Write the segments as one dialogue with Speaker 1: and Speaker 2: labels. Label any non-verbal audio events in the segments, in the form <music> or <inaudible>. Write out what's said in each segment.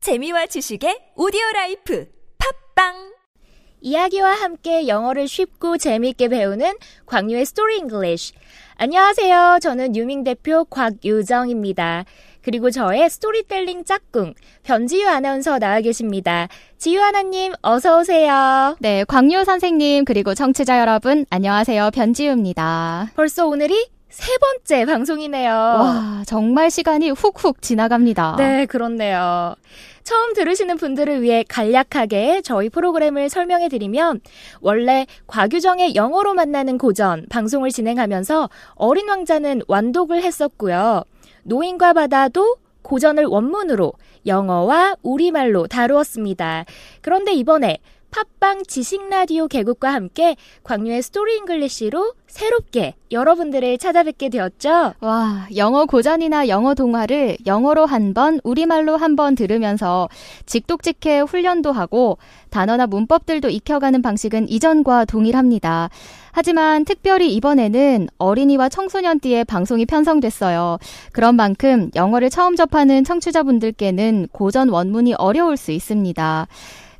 Speaker 1: 재미와 지식의 오디오 라이프 팝빵
Speaker 2: 이야기와 함께 영어를 쉽고 재미있게 배우는 광유의 스토리 잉글리쉬. 안녕하세요. 저는 유밍 대표 곽유정입니다. 그리고 저의 스토리텔링 짝꿍 변지유 아나운서 나와 계십니다. 지유 하나님 어서 오세요.
Speaker 3: 네, 광유 선생님 그리고 청취자 여러분 안녕하세요. 변지우입니다.
Speaker 2: 벌써 오늘이 세 번째 방송이네요.
Speaker 3: 와, 정말 시간이 훅훅 지나갑니다.
Speaker 2: 어. 네, 그렇네요. 처음 들으시는 분들을 위해 간략하게 저희 프로그램을 설명해 드리면 원래 곽유정의 영어로 만나는 고전 방송을 진행하면서 어린 왕자는 완독을 했었고요. 노인과 바다도 고전을 원문으로 영어와 우리말로 다루었습니다. 그런데 이번에 팟빵 지식 라디오 개국과 함께 광유의 스토리 잉글리시로 새롭게 여러분들을 찾아뵙게 되었죠.
Speaker 3: 와, 영어 고전이나 영어 동화를 영어로 한 번, 우리말로 한 번 들으면서 직독직해 훈련도 하고 단어나 문법들도 익혀가는 방식은 이전과 동일합니다. 하지만 특별히 이번에는 어린이와 청소년띠의 방송이 편성됐어요. 그런 만큼 영어를 처음 접하는 청취자분들께는 고전 원문이 어려울 수 있습니다.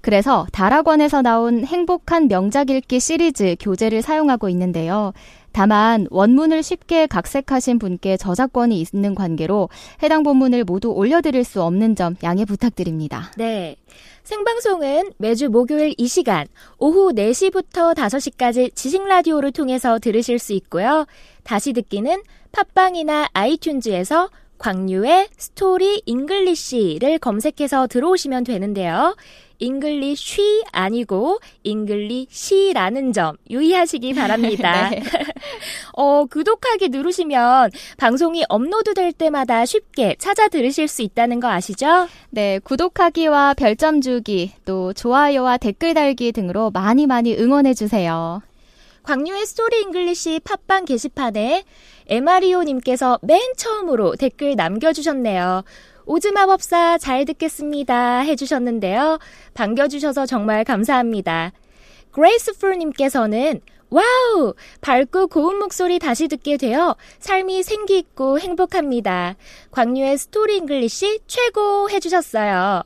Speaker 3: 그래서 다락원에서 나온 행복한 명작 읽기 시리즈 교재를 사용하고 있는데요. 다만 원문을 쉽게 각색하신 분께 저작권이 있는 관계로 해당 본문을 모두 올려드릴 수 없는 점 양해 부탁드립니다.
Speaker 2: 네. 생방송은 매주 목요일 이 시간 오후 4시부터 5시까지 지식 라디오를 통해서 들으실 수 있고요. 다시 듣기는 팟빵이나 아이튠즈에서 광유의 스토리 잉글리쉬를 검색해서 들어오시면 되는데요. 잉글리쉬 아니고 잉글리시라는 점 유의하시기 바랍니다.
Speaker 3: 네.
Speaker 2: <laughs> 어, 구독하기 누르시면 방송이 업로드 될 때마다 쉽게 찾아 들으실 수 있다는 거 아시죠?
Speaker 3: 네, 구독하기와 별점 주기, 또 좋아요와 댓글 달기 등으로 많이 많이 응원해주세요.
Speaker 2: 광유의 스토리 잉글리시 팟빵 게시판에 에마리오님께서 맨 처음으로 댓글 남겨주셨네요. 오즈마법사 잘 듣겠습니다 해주셨는데요. 반겨주셔서 정말 감사합니다. 그레이스풀님께서는 와우! 밝고 고운 목소리 다시 듣게 되어 삶이 생기 있고 행복합니다. 광유의 스토리 잉글리시 최고 해주셨어요.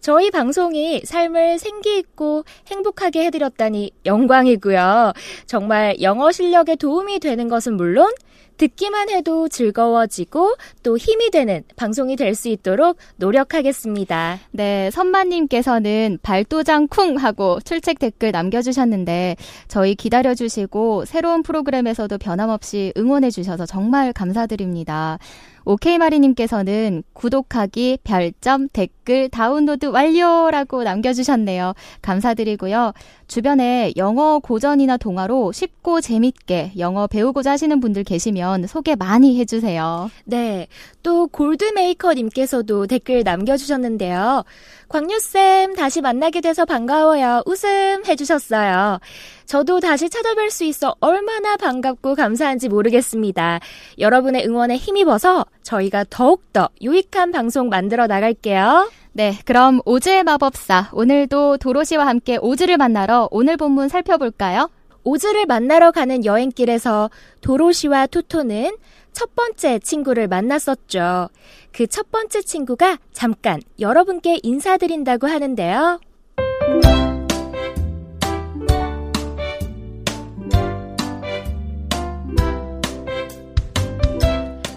Speaker 2: 저희 방송이 삶을 생기 있고 행복하게 해드렸다니 영광이고요. 정말 영어 실력에 도움이 되는 것은 물론 듣기만 해도 즐거워지고 또 힘이 되는 방송이 될 수 있도록 노력하겠습니다.
Speaker 3: 네, 선마님께서는 발도장 쿵 하고 출첵 댓글 남겨주셨는데 저희 기다려주시고 새로운 프로그램에서도 변함없이 응원해주셔서 정말 감사드립니다. 오케이마리님께서는 구독하기, 별점, 댓글, 다운로드 완료라고 남겨주셨네요. 감사드리고요. 주변에 영어 고전이나 동화로 쉽고 재밌게 영어 배우고자 하시는 분들 계시면 소개 많이 해주세요.
Speaker 2: 네. 또 골드메이커님께서도 댓글 남겨주셨는데요. 광유쌤, 다시 만나게 돼서 반가워요. 웃음 해주셨어요. 저도 다시 찾아뵐 수 있어 얼마나 반갑고 감사한지 모르겠습니다. 여러분의 응원에 힘입어서 저희가 더욱더 유익한 방송 만들어 나갈게요.
Speaker 3: 네, 그럼 오즈의 마법사 오늘도 도로시와 함께 오즈를 만나러 오늘 본문 살펴볼까요?
Speaker 2: 오즈를 만나러 가는 여행길에서 도로시와 토토는 첫 번째 친구를 만났었죠. 그 첫 번째 친구가 잠깐 여러분께 인사드린다고 하는데요.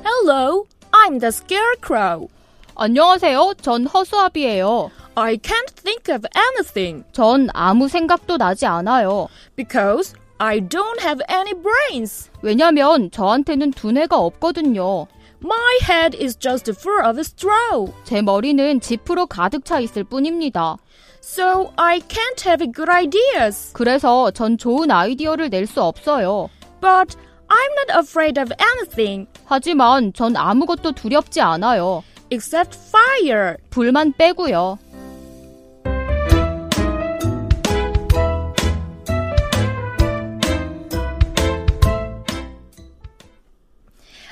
Speaker 2: Hello, I'm the scarecrow.
Speaker 3: 안녕하세요. 전 허수아비예요.
Speaker 2: I can't think of anything
Speaker 3: 전 아무 생각도 나지 않아요.
Speaker 2: because I don't have any brains.
Speaker 3: 왜냐면 저한테는 두뇌가 없거든요.
Speaker 2: My head is just full of straw.
Speaker 3: 제 머리는 지프로 가득 차 있을 뿐입니다.
Speaker 2: So I can't have good ideas.
Speaker 3: 그래서 전 좋은 아이디어를 낼 수 없어요.
Speaker 2: But I'm not afraid of anything
Speaker 3: 하지만 전 아무것도 두렵지 않아요.
Speaker 2: except fire.
Speaker 3: 불만 빼고요.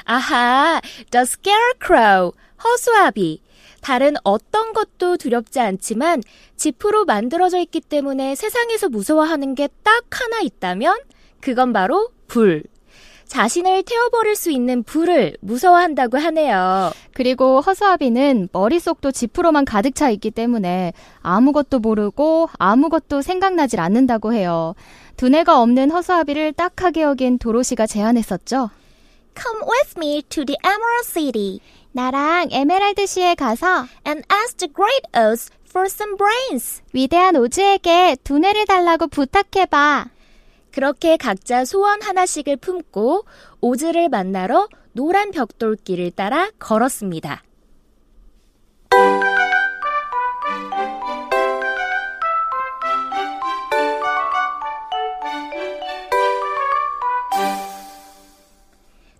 Speaker 2: 아하, the scarecrow, 허수아비. 다른 어떤 것도 두렵지 않지만 지프로 만들어져 있기 때문에 세상에서 무서워하는 게 딱 하나 있다면 그건 바로 불. 자신을 태워버릴 수 있는 불을 무서워한다고 하네요.
Speaker 3: 그리고 허수아비는 머릿속도 지푸로만 가득 차 있기 때문에 아무것도 모르고 아무것도 생각나질 않는다고 해요. 두뇌가 없는 허수아비를 딱하게 여긴 도로시가 제안했었죠.
Speaker 4: Come with me to the Emerald City
Speaker 3: 나랑 에메랄드시에 가서
Speaker 4: and ask the great oats for some brains.
Speaker 3: 위대한 오즈에게 두뇌를 달라고 부탁해봐.
Speaker 2: 그렇게 각자 소원 하나씩을 품고 오즈를 만나러 노란 벽돌길을 따라 걸었습니다.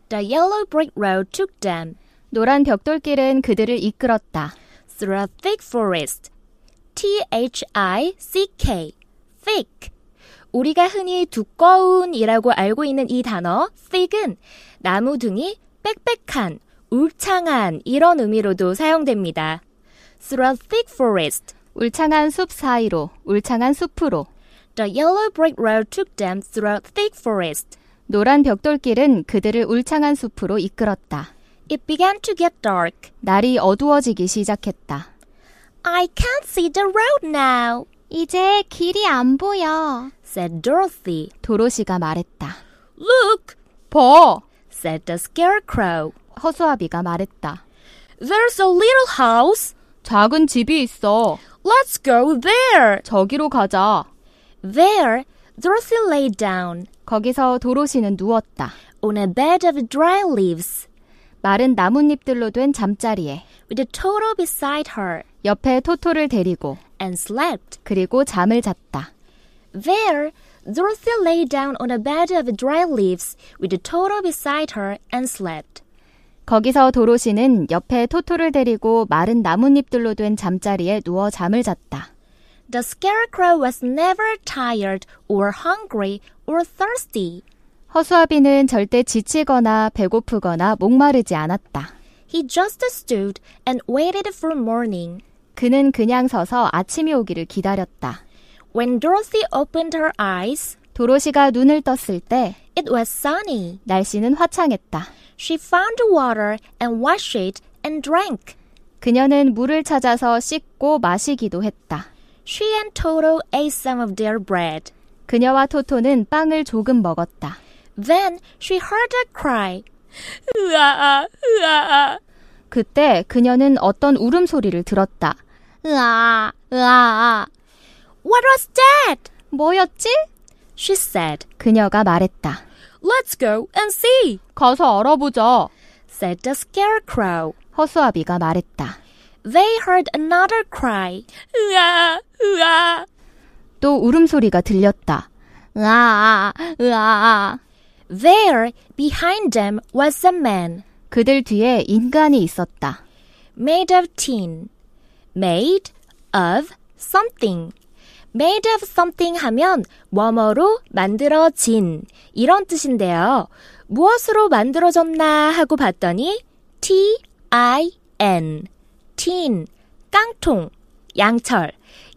Speaker 2: The yellow brick road took them
Speaker 3: 노란 벽돌길은 그들을 이끌었다.
Speaker 2: through a thick forest. T H I C K. thick. 우리가 흔히 두꺼운이라고 알고 있는 이 단어 thick은 나무 등이 빽빽한, 울창한 이런 의미로도 사용됩니다. Through a thick forest,
Speaker 3: 울창한 숲 사이로, 울창한 숲으로.
Speaker 2: the yellow brick road took them through a thick forest.
Speaker 3: 노란 벽돌길은 그들을 울창한 숲으로 이끌었다.
Speaker 2: It began to get dark.
Speaker 3: 날이 어두워지기 시작했다.
Speaker 4: I can't see the road now.
Speaker 3: 이제 길이 안 보여.
Speaker 2: Said Dorothy.
Speaker 3: 도로시가 말했다.
Speaker 2: Look,
Speaker 3: 버!
Speaker 2: said the scarecrow.
Speaker 3: 허수아비가 말했다.
Speaker 2: There's a little house.
Speaker 3: 작은 집이 있어.
Speaker 2: Let's go there.
Speaker 3: 저기로 가자.
Speaker 2: There, Dorothy lay down
Speaker 3: 거기서 도로시는 누웠다.
Speaker 2: on a bed of dry leaves
Speaker 3: 마른 나뭇잎들로 된 잠자리에
Speaker 2: with a turtle beside her
Speaker 3: 옆에 토토를 데리고
Speaker 2: and slept.
Speaker 3: 그리고 잠을 잤다.
Speaker 2: There, Dorothy lay down on a bed of dry leaves with a turtle beside her and slept.
Speaker 3: 거기서 도로시는 옆에 토토를 데리고 마른 나뭇잎들로 된 잠자리에 누워 잠을 잤다.
Speaker 2: The scarecrow was never tired or hungry or thirsty.
Speaker 3: 허수아비는 절대 지치거나 배고프거나 목마르지 않았다.
Speaker 2: He just stood and waited for morning.
Speaker 3: 그는 그냥 서서 아침이 오기를 기다렸다.
Speaker 2: When Dorothy opened her eyes,
Speaker 3: 도로시가 눈을 떴을 때
Speaker 2: it was sunny.
Speaker 3: 날씨는 화창했다.
Speaker 2: She found the water and washed it and drank.
Speaker 3: 그녀는 물을 찾아서 씻고 마시기도 했다.
Speaker 2: She and Toto ate some of their bread.
Speaker 3: 그녀와 토토는 빵을 조금 먹었다.
Speaker 2: Then she heard a cry.
Speaker 3: 그때 그녀는 어떤 울음소리를 들었다. 으아, 으아,
Speaker 2: What was that?
Speaker 3: 뭐였지?
Speaker 2: She said.
Speaker 3: 그녀가 말했다.
Speaker 2: Let's go and see,
Speaker 3: 가서 알아보자.
Speaker 2: said the scarecrow.
Speaker 3: 허수아비가 말했다.
Speaker 2: They heard another cry.
Speaker 3: 또 울음소리가 들렸다. 으아, 으아.
Speaker 2: There, behind them, was a man
Speaker 3: 그들 뒤에 인간이 있었다.
Speaker 2: made of tin. Made of something. Made of something 하면 뭐뭐로 만들어진 이런 뜻인데요. 무엇으로 만들어졌나 하고 봤더니 T I N 틴 깡통 양철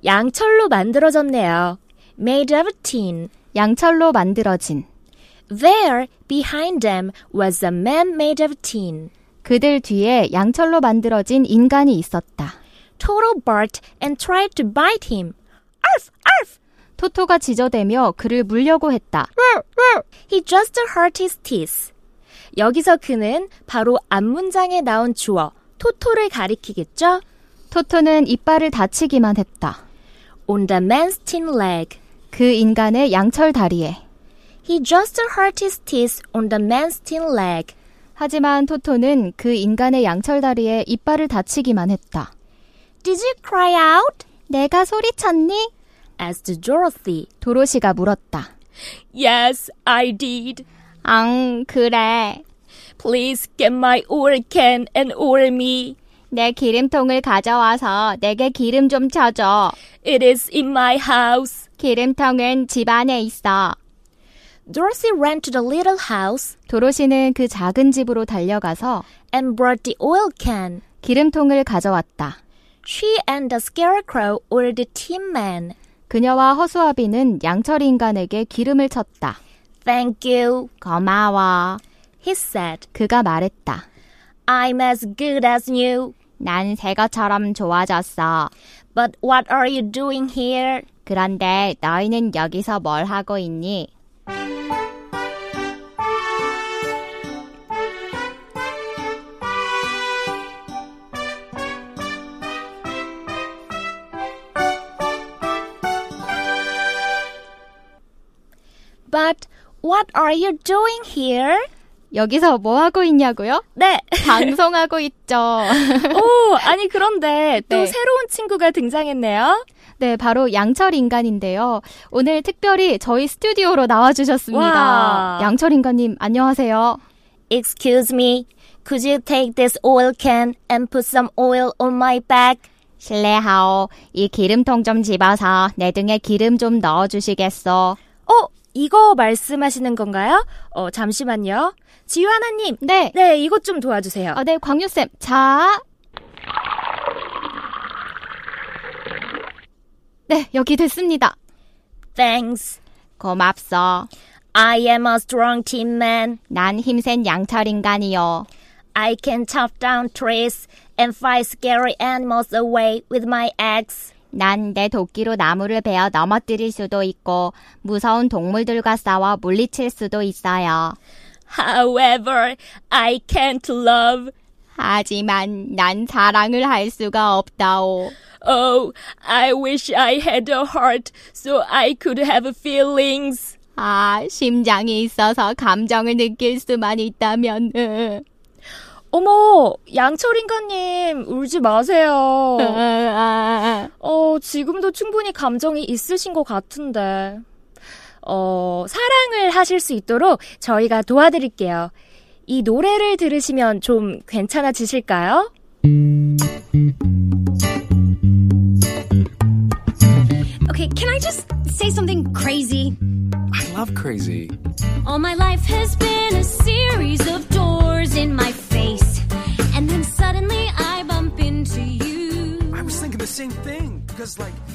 Speaker 2: 양철로 만들어졌네요. Made of tin.
Speaker 3: 양철로 만들어진.
Speaker 2: There behind them was a man made of tin.
Speaker 3: 그들 뒤에 양철로 만들어진 인간이 있었다.
Speaker 2: Toto barked and tried to bite him. Arf! Arf!
Speaker 3: 토토가 지저대며 그를 물려고 했다.
Speaker 2: He just hurt his teeth. 여기서 그는 바로 앞 문장에 나온 주어 토토를 가리키겠죠?
Speaker 3: 토토는 이빨을 다치기만 했다.
Speaker 2: On the man's tin leg.
Speaker 3: 그 인간의 양철 다리에.
Speaker 2: He just hurt his teeth on the man's tin leg.
Speaker 3: 하지만 토토는 그 인간의 양철 다리에 이빨을 다치기만 했다.
Speaker 2: Did you cry out?
Speaker 3: 내가 소리쳤니?
Speaker 2: asked Dorothy.
Speaker 3: 도로시가 물었다.
Speaker 2: Yes, I did.
Speaker 3: 앙, 그래.
Speaker 2: Please get my oil can and oil me.
Speaker 3: 내 기름통을 가져와서 내게 기름 좀 쳐줘.
Speaker 2: It is in my house.
Speaker 3: 기름통은 집 안에 있어.
Speaker 2: Dorothy ran to the little house
Speaker 3: 도로시는 그 작은 집으로 달려가서
Speaker 2: and brought the oil can.
Speaker 3: 기름통을 가져왔다.
Speaker 2: She and the scarecrow were the tin man.
Speaker 3: 그녀와 허수아비는 양철 인간에게 기름을 쳤다.
Speaker 4: Thank you,
Speaker 3: 고마워.
Speaker 4: he said.
Speaker 3: 그가 말했다.
Speaker 4: I'm as good as new.
Speaker 3: 난 새것처럼 좋아졌어.
Speaker 4: But what are you doing here?
Speaker 3: 그런데 너희는 여기서 뭘 하고 있니?
Speaker 4: But what are you doing here?
Speaker 3: 여기서 뭐 하고 있냐고요?
Speaker 4: 네. <laughs>
Speaker 3: 방송하고 있죠. <laughs>
Speaker 2: 오, 아니 그런데 또
Speaker 3: 네.
Speaker 2: 새로운 친구가 등장했네요.
Speaker 3: 네, 바로 양철 인간인데요. 오늘 특별히 저희 스튜디오로 나와주셨습니다.
Speaker 2: 와.
Speaker 3: 양철 인간님, 안녕하세요.
Speaker 4: Excuse me. Could you take this oil can and put some oil on my back?
Speaker 3: 실례하오. 이 기름통 좀 집어서 내 등에 기름 좀 넣어주시겠소?
Speaker 2: 어, 이거 말씀하시는 건가요? 어, 잠시만요. 지유 하나님,
Speaker 3: 네.
Speaker 2: 네, 이것 좀 도와주세요.
Speaker 3: 아, 네, 광유쌤. 자. 네, 여기 됐습니다.
Speaker 4: Thanks.
Speaker 3: 고맙소.
Speaker 4: I am a strong team man.
Speaker 3: 난 힘센 양철 인간이요.
Speaker 4: I can chop down trees and fight scary animals away with my axe.
Speaker 3: 난 내 도끼로 나무를 베어 넘어뜨릴 수도 있고 무서운 동물들과 싸워 물리칠 수도 있어요.
Speaker 4: However, I can't love.
Speaker 3: 하지만 난 사랑을 할 수가 없다오.
Speaker 4: Oh, I wish I had a heart so I could have feelings.
Speaker 3: 아, 심장이 있어서 감정을 느낄 수만 있다면. 으,
Speaker 2: 어머, 양철인간님, 울지
Speaker 4: <laughs>
Speaker 2: 마세요.
Speaker 3: 으, 어, 아.
Speaker 2: 어, 지금도 충분히 감정이 있으신 것 같은데. 어, 사랑을 하실 수 있도록 저희가 도와드릴게요. 이 노래를 들으시면 좀 괜찮아지실까요?
Speaker 5: Okay, can I just say something crazy?
Speaker 6: I love crazy.
Speaker 5: All my life has been a series of doors in my face. And then suddenly I bump into you.
Speaker 6: I was thinking the same thing because, like,